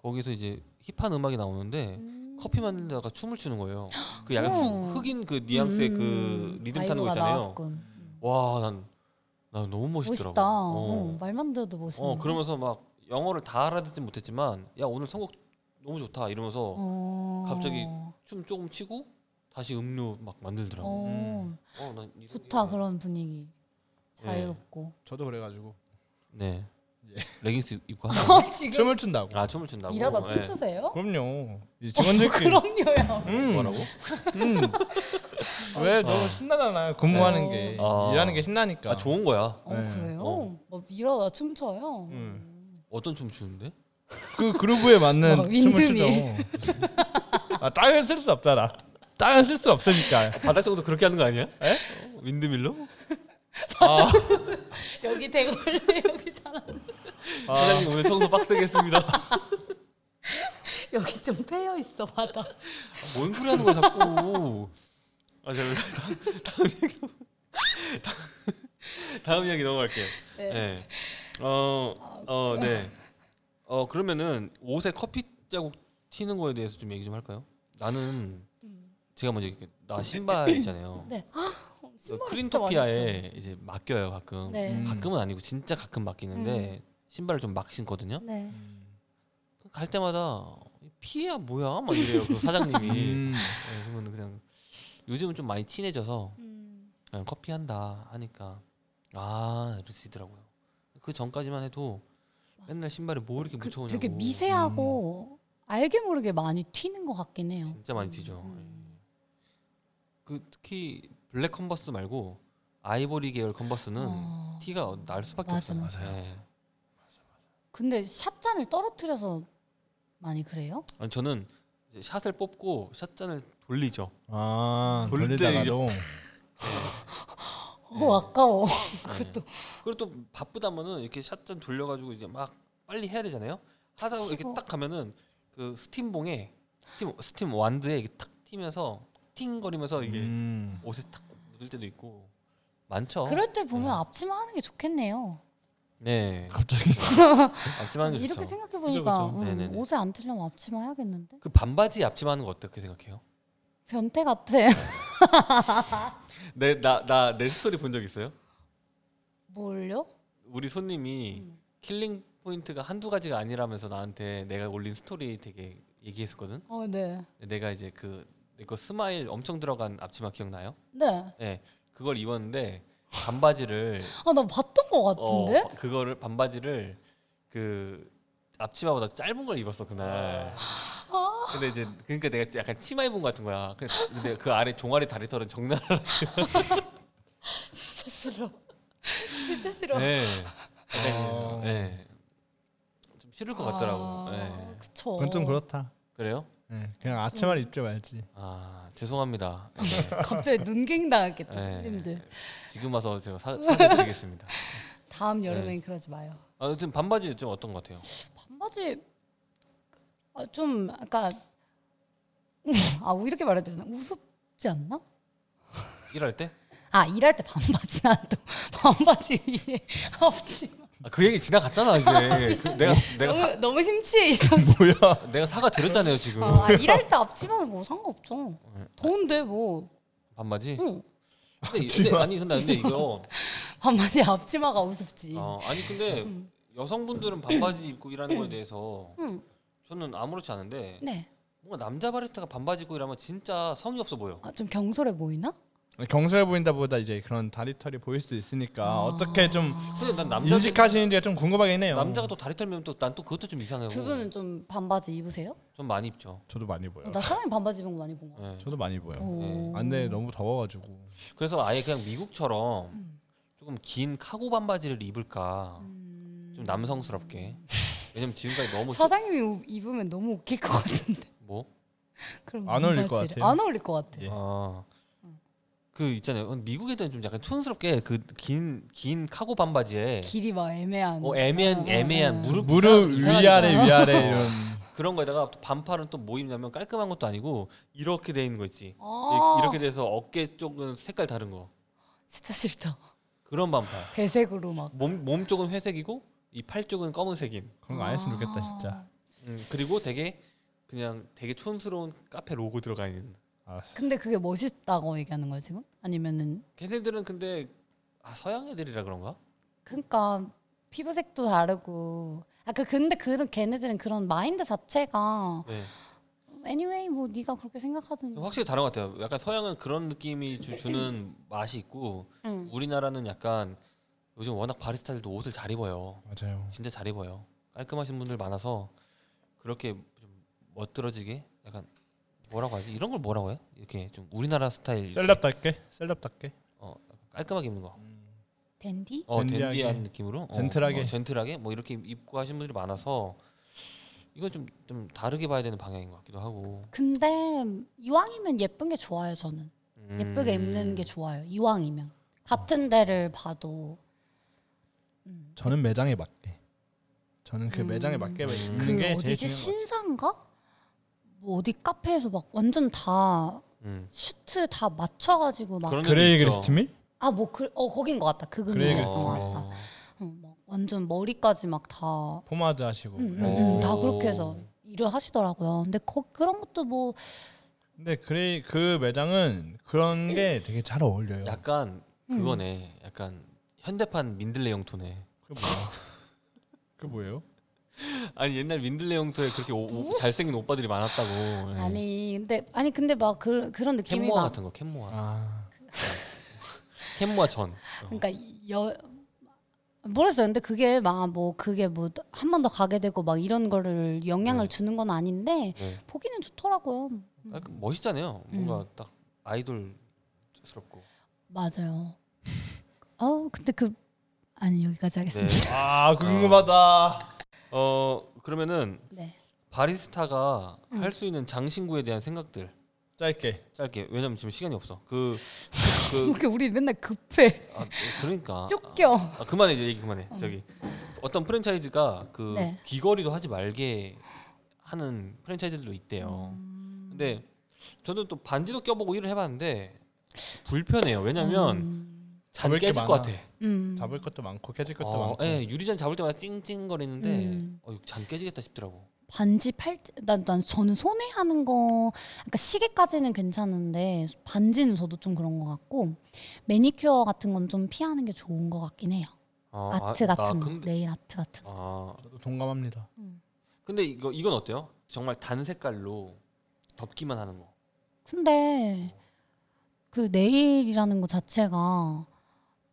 Speaker 1: 거기서 이제 힙한 음악이 나오는데
Speaker 2: 음.
Speaker 1: 커피 만들다가 춤을 추는 거예요. 그 약간
Speaker 2: 어.
Speaker 1: 흑인 그 뉘앙스의 그
Speaker 2: 음.
Speaker 1: 리듬 타는 거
Speaker 2: 아이고가
Speaker 1: 있잖아요.
Speaker 2: 나왔군.
Speaker 1: 와, 난, 난 너무 멋있더라고.
Speaker 2: 멋있다.
Speaker 1: 어.
Speaker 2: 어, 말만 들어도 멋있네.
Speaker 1: 어, 그러면서 막 영어를 다 알아듣진 못했지만 야 오늘 선곡 너무 좋다 이러면서
Speaker 4: 어.
Speaker 1: 갑자기 춤 조금 치고 다시 음료 막 만들더라고.
Speaker 2: 어,
Speaker 1: 어, 난 이거-
Speaker 2: 좋다
Speaker 1: 이거-
Speaker 2: 그런 분위기. 자유롭고.
Speaker 3: 저도 그래가지고
Speaker 1: 네. 레깅스 입고 하
Speaker 4: 어, 지금
Speaker 3: 춤을 춘다고.
Speaker 1: 아 네. 춤을 춘다고.
Speaker 4: 이러다
Speaker 1: 예.
Speaker 2: 어,
Speaker 4: 춤추세요?
Speaker 3: 그럼요.
Speaker 4: 그
Speaker 3: 이 직원들끼리.
Speaker 4: 럼요
Speaker 3: 음.
Speaker 1: 뭐라고?
Speaker 3: 음. 왜
Speaker 1: 어.
Speaker 3: 너무 신나잖아. 근무하는
Speaker 4: 어.
Speaker 3: 게
Speaker 1: 아.
Speaker 3: 일하는 게 신나니까.
Speaker 1: 아 좋은 거야.
Speaker 4: 어
Speaker 3: 네.
Speaker 4: 그래요?
Speaker 1: 어.
Speaker 2: 뭐 이러다 춤춰요.
Speaker 3: 음.
Speaker 1: 어떤 춤 추는데?
Speaker 3: 그 그루브에 맞는
Speaker 4: 어,
Speaker 3: 춤을 추죠.
Speaker 4: 윈드밀.
Speaker 3: 아 땅을 쓸 수 없잖아. 땅을 쓸 수 없으니까.
Speaker 1: 바닥 정도 그렇게 하는 거 아니야? 에? 윈드밀로?
Speaker 3: 아,
Speaker 4: 여기 대고 원래 여기 달아
Speaker 1: 사장님 오늘 청소 빡세게 했습니다.
Speaker 4: 여기 좀 패여 있어 바다.
Speaker 1: 뭔 소리 하는 거야 자꾸. 아 제가 다음 얘기 넘- 다음- 다음 이야기 넘어갈게요.
Speaker 4: 네.
Speaker 1: 네. 어, 어, 네. 어, 그러면은 옷에 커피 자국 튀는 거에 대해서 좀 얘기 좀 할까요? 나는 제가 먼저 얘기할게요. 나 신발 있잖아요.
Speaker 2: 네.
Speaker 4: 어,
Speaker 1: 저
Speaker 4: 신발 진짜 많이 있죠.
Speaker 1: 크린토피아에 이제 맡겨요 가끔.
Speaker 2: 네.
Speaker 3: 음.
Speaker 1: 가끔은 아니고 진짜 가끔 맡기는데
Speaker 4: 음.
Speaker 1: 신발을 좀 막 신거든요.
Speaker 2: 네.
Speaker 1: 갈 때마다 피해야 뭐야 막 이래요 그 사장님이.
Speaker 3: 음.
Speaker 1: 네, 그러면 그냥 요즘은 좀 많이 친해져서
Speaker 2: 음.
Speaker 1: 그냥 커피 한다 하니까 아 이러시더라고요. 그 전까지만 해도 맨날 신발에 뭐 이렇게
Speaker 2: 그
Speaker 1: 묻혀오냐고. 음.
Speaker 2: 되게 미세하고 알게 모르게 많이 튀는 것 같긴 해요.
Speaker 1: 진짜 많이 튀죠. 예.
Speaker 2: 음.
Speaker 1: 그 특히 블랙 컨버스 말고 아이보리 계열 컨버스는
Speaker 4: 어.
Speaker 1: 티가 날 수밖에
Speaker 4: 맞아,
Speaker 1: 없어요.
Speaker 3: 맞아,
Speaker 1: 예.
Speaker 2: 근데 샷잔을 떨어뜨려서 많이 그래요?
Speaker 1: 아니, 저는 이제 샷을 뽑고 샷잔을 돌리죠.
Speaker 3: 아,
Speaker 1: 돌때
Speaker 3: 돌리다가도
Speaker 1: 네.
Speaker 2: 어 아까워.
Speaker 1: 그것도 네. 그리고 또 바쁘다면은 이렇게 샷잔 돌려가지고 이제 막 빨리 해야 되잖아요. 하다가 이렇게
Speaker 2: 치고.
Speaker 1: 딱 가면은 그 스팀봉에 스팀 스팀 완드에 이게 탁 튀면서 팅거리면서 이게
Speaker 3: 음.
Speaker 1: 옷에 탁 묻을 때도 있고 많죠.
Speaker 2: 그럴 때 보면
Speaker 1: 네.
Speaker 2: 앞치마 하는 게 좋겠네요.
Speaker 1: 네.
Speaker 3: 갑자기
Speaker 1: 앞치마는
Speaker 2: 음, 이렇게
Speaker 1: 좋죠.
Speaker 2: 생각해 보니까 음,
Speaker 3: 그죠,
Speaker 1: 그렇죠. 그죠. 네네네.
Speaker 2: 옷에 안 틀려면 앞치마 해야겠는데.
Speaker 1: 그 반바지 앞치마 하는 거 어떻게 생각해요?
Speaker 2: 변태 같아.
Speaker 1: 내 네, 나 나 내 스토리 본 적 있어요?
Speaker 2: 뭘요?
Speaker 1: 우리 손님이
Speaker 2: 음.
Speaker 1: 킬링 포인트가 한두 가지가 아니라면서 나한테 내가 올린 스토리 되게 얘기했었거든.
Speaker 2: 어 네.
Speaker 1: 내가 이제 그 내 거 스마일 엄청 들어간 앞치마 기억나요?
Speaker 2: 네.
Speaker 1: 예. 그걸 입었는데 반바지를
Speaker 2: 아 나 봤던 것
Speaker 1: 어,
Speaker 2: 같은데.
Speaker 1: 바- 그거를 반바지를 그 앞치마보다 짧은 걸 입었어 그날. 근데 이제 그러니까 내가 약간 치마 입은 것 같은 거야. 근데- 근데 그 아래 종아리 다리털은 적나
Speaker 4: 진짜 싫어. 진짜 싫어.
Speaker 1: 네.
Speaker 3: 아.
Speaker 1: 네. 좀 싫을 것 같더라고.
Speaker 4: 아,
Speaker 1: 네.
Speaker 4: 그쵸.
Speaker 3: 그건 좀 그렇다.
Speaker 1: 그래요?
Speaker 3: 네, 그냥
Speaker 4: 음.
Speaker 3: 아침만 입지 말지.
Speaker 1: 아 죄송합니다.
Speaker 4: 갑자기 눈갱 당하겠다
Speaker 1: 네.
Speaker 4: 손님들.
Speaker 1: 지금 와서 제가 사, 사드리겠습니다.
Speaker 4: 다음 여름엔
Speaker 1: 네.
Speaker 4: 그러지 마요.
Speaker 1: 아무튼 반바지 좀 어떤 것 같아요?
Speaker 2: 반바지 아, 좀 아까 아 이렇게 말해도 되나? 우습지 않나?
Speaker 1: 일할 때?
Speaker 2: 아 일할 때 반바지 난또 반바지 위에 앞치마.
Speaker 1: 아, 그 얘기 지나갔잖아 이제. 그 내가 내가
Speaker 4: 너무
Speaker 1: 사,
Speaker 4: 너무 심취해 있었어.
Speaker 1: 내가 사과 드렸잖아요 지금.
Speaker 2: 아, 아, 일할 때 앞치마는 뭐 상관없죠.
Speaker 1: 네.
Speaker 2: 더운데 뭐.
Speaker 1: 반바지?
Speaker 2: 응.
Speaker 1: 근데, 근데 아니 근데 근데 이거
Speaker 4: 반바지 앞치마가 우습지.
Speaker 1: 어, 아니 근데 여성분들은 반바지 입고 일하는 거에 대해서
Speaker 2: 응.
Speaker 1: 저는 아무렇지 않은데
Speaker 2: 네.
Speaker 1: 뭔가 남자 바리스타가 반바지 입고 일하면 진짜 성의 없어 보여.
Speaker 2: 아, 좀 경솔해 보이나?
Speaker 3: 경솔해 보인다 보다 이제 그런 다리털이 보일 수도 있으니까
Speaker 4: 아.
Speaker 3: 어떻게 좀
Speaker 1: 근데 난 남자
Speaker 3: 인식하시는지가 좀 궁금하긴 해요.
Speaker 1: 남자가 또 다리 털면 또 난 또 그것도 좀 이상해요.
Speaker 2: 두 분은 좀 반바지 입으세요? 어,
Speaker 1: 좀 많이 입죠.
Speaker 3: 저도 많이 보여.
Speaker 2: 나 사장님 반바지 입은 거 많이 본 거 같아.
Speaker 1: 예.
Speaker 3: 저도 많이 보여.
Speaker 2: 오.
Speaker 3: 안돼 너무 더워가지고.
Speaker 1: 그래서 아예 그냥 미국처럼 조금 긴 카고 반바지를 입을까 좀 남성스럽게. 왜냐면 지금까지 너무
Speaker 2: 음. 뭐 사장님이 우- 입으면 너무 웃길 것 같은데.
Speaker 1: 뭐?
Speaker 2: 그럼
Speaker 3: 안 어울릴 것
Speaker 2: 반바지를.
Speaker 3: 같아요.
Speaker 2: 안 어울릴 것 같아.
Speaker 3: 예.
Speaker 1: 아. 그 있잖아요. 미국 애들은 좀 약간 촌스럽게 그 긴 긴 카고 반바지에
Speaker 2: 길이 막 애매한. 아.
Speaker 1: 어, 애매한 애매한 무릎
Speaker 3: 무릎
Speaker 1: 이상-
Speaker 3: 위아래
Speaker 1: 이상하니까.
Speaker 3: 위아래
Speaker 1: 어.
Speaker 3: 이런.
Speaker 1: 그런 거에다가 또 반팔은 또 뭐 입냐면 깔끔한 것도 아니고 이렇게 돼 있는 거 있지.
Speaker 2: 아.
Speaker 1: 이렇게 돼서 어깨 쪽은 색깔 다른 거.
Speaker 4: 진짜 싫다.
Speaker 1: 그런 반팔.
Speaker 4: 배색으로 막.
Speaker 1: 몸, 몸 쪽은 회색이고 이 팔 쪽은 검은색인.
Speaker 3: 그런 거 안 했으면 좋겠다
Speaker 2: 아.
Speaker 3: 진짜.
Speaker 1: 음, 그리고 되게 그냥 되게 촌스러운 카페 로고 들어가 있는.
Speaker 3: 알았어.
Speaker 2: 근데 그게 멋있다고 얘기하는 거야 지금? 아니면은
Speaker 1: 걔네들은 근데 아, 서양 애들이라 그런가?
Speaker 2: 그러니까 피부색도 다르고 아까 근데 그 걔네들은 그런 마인드 자체가
Speaker 1: 네.
Speaker 2: anyway 뭐 네가 그렇게 생각하든
Speaker 3: 어?
Speaker 1: 확실히 다른 것 같아요. 약간 서양은 그런 느낌이 주, 는 맛이 있고
Speaker 2: 응.
Speaker 1: 우리나라는 약간 요즘 워낙 바리스타들도 옷을 잘 입어요.
Speaker 3: 맞아요.
Speaker 1: 진짜 잘 입어요. 깔끔하신 분들 많아서 그렇게 좀 멋들어지게 약간 뭐라고 하지? 이런 걸 뭐라고 해? 이렇게 좀 우리나라 스타일 이렇게
Speaker 3: 셀럽답게 셀럽답게
Speaker 1: 어, 깔끔하게 입는 거.
Speaker 2: 댄디?
Speaker 1: 어,
Speaker 3: 댄디하게,
Speaker 1: 댄디한 느낌으로 어,
Speaker 3: 젠틀하게.
Speaker 1: 어, 젠틀하게 뭐 이렇게 입고 하신 분들이 많아서 이건 좀 좀 다르게 봐야 되는 방향인 것 같기도 하고.
Speaker 2: 근데 이왕이면 예쁜 게 좋아요 저는.
Speaker 1: 음.
Speaker 2: 예쁘게 입는 게 좋아요. 이왕이면 같은 데를 봐도 음.
Speaker 3: 저는 매장에 맞게 저는 그
Speaker 2: 음.
Speaker 3: 매장에 맞게
Speaker 1: 음.
Speaker 3: 입는
Speaker 2: 그
Speaker 3: 게 제일
Speaker 2: 어디지
Speaker 3: 중요한
Speaker 2: 신사인가? 뭐 어디 카페에서 막 완전 다
Speaker 1: 음.
Speaker 2: 슈트 다 맞춰가지고 막
Speaker 1: 그런
Speaker 3: 거 그레이
Speaker 1: 데도 있죠. 어.
Speaker 3: 그리스트밀?
Speaker 2: 아 뭐그어 거긴 것 같다 그 근처인
Speaker 3: 그레이
Speaker 2: 것
Speaker 3: 그리스트.
Speaker 2: 같다 응, 막 완전 머리까지 막다
Speaker 3: 포마드 하시고
Speaker 2: 음, 음,
Speaker 1: 어.
Speaker 2: 음, 다
Speaker 1: 오.
Speaker 2: 그렇게 해서 일을 하시더라고요 근데 거, 그런 것도 뭐
Speaker 3: 근데 그레이 그 매장은 그런 게 되게 잘 어울려요
Speaker 1: 약간
Speaker 2: 음.
Speaker 1: 그거네. 약간 현대판 민들레 영토네.
Speaker 3: 그게 뭐야? 그게 뭐예요?
Speaker 1: 아니 옛날 민들레 영토에 그렇게 오- 오- 잘생긴 오빠들이 많았다고. 예.
Speaker 2: 뭐? 아니 근데 아니 근데 막 그, 그런 느낌이
Speaker 1: 캔모아
Speaker 2: 막
Speaker 1: 같은 거 캔모아.
Speaker 3: 아
Speaker 1: 캔모아 전.
Speaker 2: 그러니까 여 모르겠어요. 근데 그게 막 뭐 그게 뭐 한 번 더 가게 되고 막 이런 거를 영향을
Speaker 1: 네.
Speaker 2: 주는 건 아닌데
Speaker 1: 네.
Speaker 2: 보기는 좋더라고요.
Speaker 1: 아, 그 멋있잖아요. 뭔가
Speaker 2: 음.
Speaker 1: 딱 아이돌스럽고. 네.
Speaker 2: 맞아요. 어 근데 그 아니
Speaker 1: 네.
Speaker 2: 여기까지 하겠습니다.
Speaker 3: 아, 궁금하다
Speaker 1: 어 그러면은
Speaker 2: 네.
Speaker 1: 바리스타가
Speaker 2: 음.
Speaker 1: 할 수 있는 장신구에 대한 생각들
Speaker 3: 짧게
Speaker 1: 짧게. 왜냐면 지금 시간이 없어. 그 그,
Speaker 2: 이렇게 우리 맨날 급해
Speaker 1: 아, 그러니까.
Speaker 2: 쫓겨. 음.
Speaker 1: 아, 그만해 이제 얘기 그만해. 저기 어떤 프랜차이즈가 그
Speaker 2: 네.
Speaker 1: 귀걸이도 하지 말게 하는 프랜차이즈들도 있대요.
Speaker 2: 음.
Speaker 1: 근데 저는 또 반지도 껴보고 일을 해봤는데 불편해요. 왜냐면
Speaker 2: 음.
Speaker 1: 잔
Speaker 3: 잡을 게
Speaker 1: 깨질 것
Speaker 3: 많아.
Speaker 1: 같아.
Speaker 2: 음.
Speaker 3: 잡을 것도 많고 깨질 것도
Speaker 1: 어,
Speaker 3: 많고
Speaker 1: 예, 유리잔 잡을 때마다 찡찡거리는데
Speaker 2: 음.
Speaker 1: 어, 이거 잔 깨지겠다 싶더라고.
Speaker 2: 반지 팔찌 난, 난 저는 손에 하는 거 그러니까 시계까지는 괜찮은데 반지는 저도 좀 그런 것 같고 매니큐어 같은 건 좀 피하는 게 좋은 것 같긴 해요.
Speaker 1: 아,
Speaker 2: 아트
Speaker 1: 아, 나
Speaker 2: 같은 거,
Speaker 1: 근데,
Speaker 2: 네일 아트 같은 거.
Speaker 1: 아,
Speaker 3: 저도 동감합니다
Speaker 1: 근데 이거 이건 어때요? 정말 단 색깔로 덮기만 하는 거.
Speaker 2: 근데 그 네일이라는 거 자체가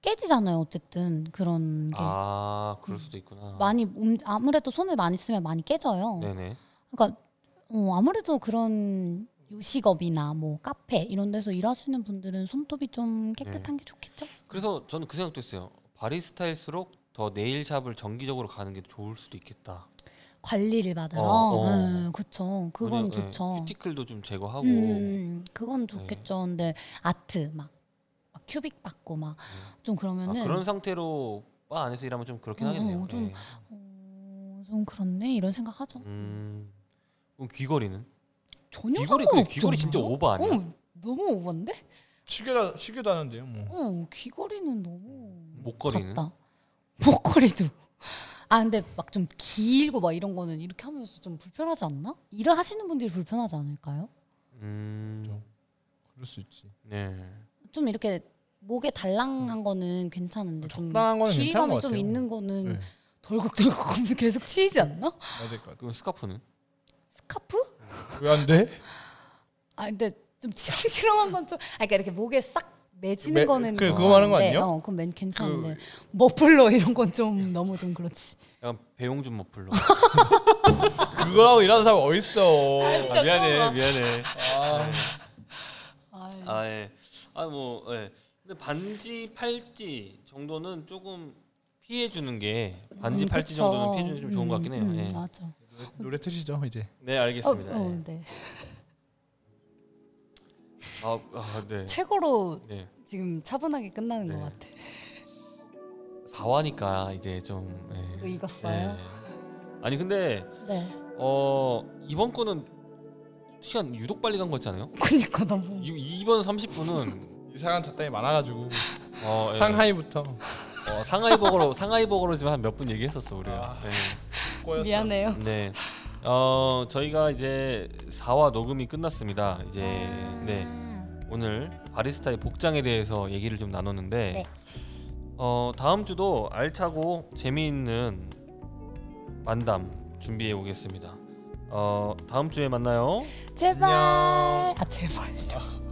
Speaker 2: 깨지잖아요. 어쨌든 그런 게
Speaker 1: 아, 그럴 수도 있구나.
Speaker 2: 네. 많이 움- 아무래도 손을 많이 쓰면 많이 깨져요.
Speaker 1: 네네.
Speaker 2: 그러니까 어, 아무래도 그런 요식업이나 뭐 카페 이런 데서 일하시는 분들은 손톱이 좀
Speaker 1: 네.
Speaker 2: 깨끗한 게 좋겠죠.
Speaker 1: 그래서 저는 그 생각도 했어요. 바리스타일수록 더 네일샵을 정기적으로 가는 게 좋을 수도 있겠다.
Speaker 2: 관리를 받아요.
Speaker 1: 어, 어.
Speaker 2: 네, 그쵸. 그건
Speaker 1: 왜냐면, 예,
Speaker 2: 좋죠.
Speaker 1: 큐티클도 좀 제거하고. 네.
Speaker 2: 음, 그건 좋겠죠. 근데 아트 막, 막 큐빅 받고 막 좀
Speaker 1: 아,
Speaker 2: 그러면은
Speaker 1: 그런 상태로 바 안에서 일하면 좀 그렇긴
Speaker 2: 어,
Speaker 1: 하겠네요.
Speaker 2: 어, 좀-
Speaker 1: 예.
Speaker 2: 어, 좀 그렇네 이런 생각하죠.
Speaker 1: 음. 그럼 귀걸이는?
Speaker 2: 전혀
Speaker 1: 귀걸이 근데 귀걸이 진짜 오버 아니야?
Speaker 2: 어, 너무 오버인데?
Speaker 3: 시계도 시계도 하는데요 뭐
Speaker 2: 어, 귀걸이는 너무
Speaker 1: 목걸이는?
Speaker 2: 같다. 목걸이도. 아 근데 막 좀 길고 막 이런 거는 이렇게 하면서 좀 불편하지 않나? 일을 하시는 분들이 불편하지 않을까요?
Speaker 1: 음.
Speaker 3: 그럴 수 있지
Speaker 1: 네.
Speaker 2: 좀 이렇게 목에 달랑한 거는 괜찮은데 좀
Speaker 3: 적당한 거는 괜찮은
Speaker 2: 길이감이
Speaker 3: 것
Speaker 2: 좀
Speaker 3: 같아요.
Speaker 2: 있는 거는
Speaker 3: 네.
Speaker 2: 덜컥덜컥 계속 치이지 않나?
Speaker 3: 맞을 것 같아
Speaker 1: 그럼 스카프는?
Speaker 2: 스카프?
Speaker 3: 왜안 돼?
Speaker 2: 아 근데 좀 치렁치렁한 건 좀. 아 그러니까 이렇게 목에 싹 매지는
Speaker 3: 매-
Speaker 2: 거는
Speaker 3: 그래, 그거 말하는 거
Speaker 2: 괜찮은데,
Speaker 3: 아니에요? 그
Speaker 2: 어, 그건 맨 괜찮은데 머플러 이런 건 좀 너무 좀 그렇지.
Speaker 1: 약간 배용준 머플러.
Speaker 3: 그거라고 일하는 사람 어딨어
Speaker 1: 아, 미안해, 미안해.
Speaker 3: 아.
Speaker 4: 아이.
Speaker 1: 아 예. 아 뭐 예. 근데 반지 팔찌 정도는 조금 피해 주는 게 반지
Speaker 2: 음,
Speaker 1: 팔찌
Speaker 2: 그쵸.
Speaker 1: 정도는 피해 주는 게 좀 좋은 것 같긴 해요.
Speaker 2: 음, 음,
Speaker 1: 예.
Speaker 2: 맞아.
Speaker 3: 노래 트시죠 이제
Speaker 1: 네 알겠습니다.
Speaker 2: 어, 어,
Speaker 1: 예.
Speaker 2: 네.
Speaker 1: 아, 아 네.
Speaker 2: 최고로
Speaker 1: 네.
Speaker 2: 지금 차분하게 끝나는
Speaker 1: 네.
Speaker 2: 것 같아.
Speaker 1: 4화니까 이제 좀 예.
Speaker 2: 이거 익었어요?
Speaker 1: 예. 아니 근데
Speaker 2: 네.
Speaker 1: 어 이번 거는 시간 유독 빨리 간 거잖아요.
Speaker 2: 그니까 너무.
Speaker 1: 이, 이번 30분은
Speaker 3: 이 사람 잡담이 많아가지고
Speaker 1: 어, 예.
Speaker 3: 상하이부터
Speaker 1: 어, 상하이 버거로 상하이 버거로 지금 한 몇 분 얘기했었어 우리가.
Speaker 3: 아.
Speaker 1: 예.
Speaker 3: 꼬였어.
Speaker 4: 미안해요.
Speaker 1: 네. 어, 저희가 이제 4화 녹음이 끝났습니다. 이제
Speaker 3: 아.
Speaker 1: 네. 오늘 바리스타의 복장에 대해서 얘기를 좀 나눴는데
Speaker 2: 네.
Speaker 1: 어, 다음 주도 알차고 재미있는 만담 준비해 오겠습니다. 어, 다음 주에 만나요.
Speaker 2: 제발. 아 제발.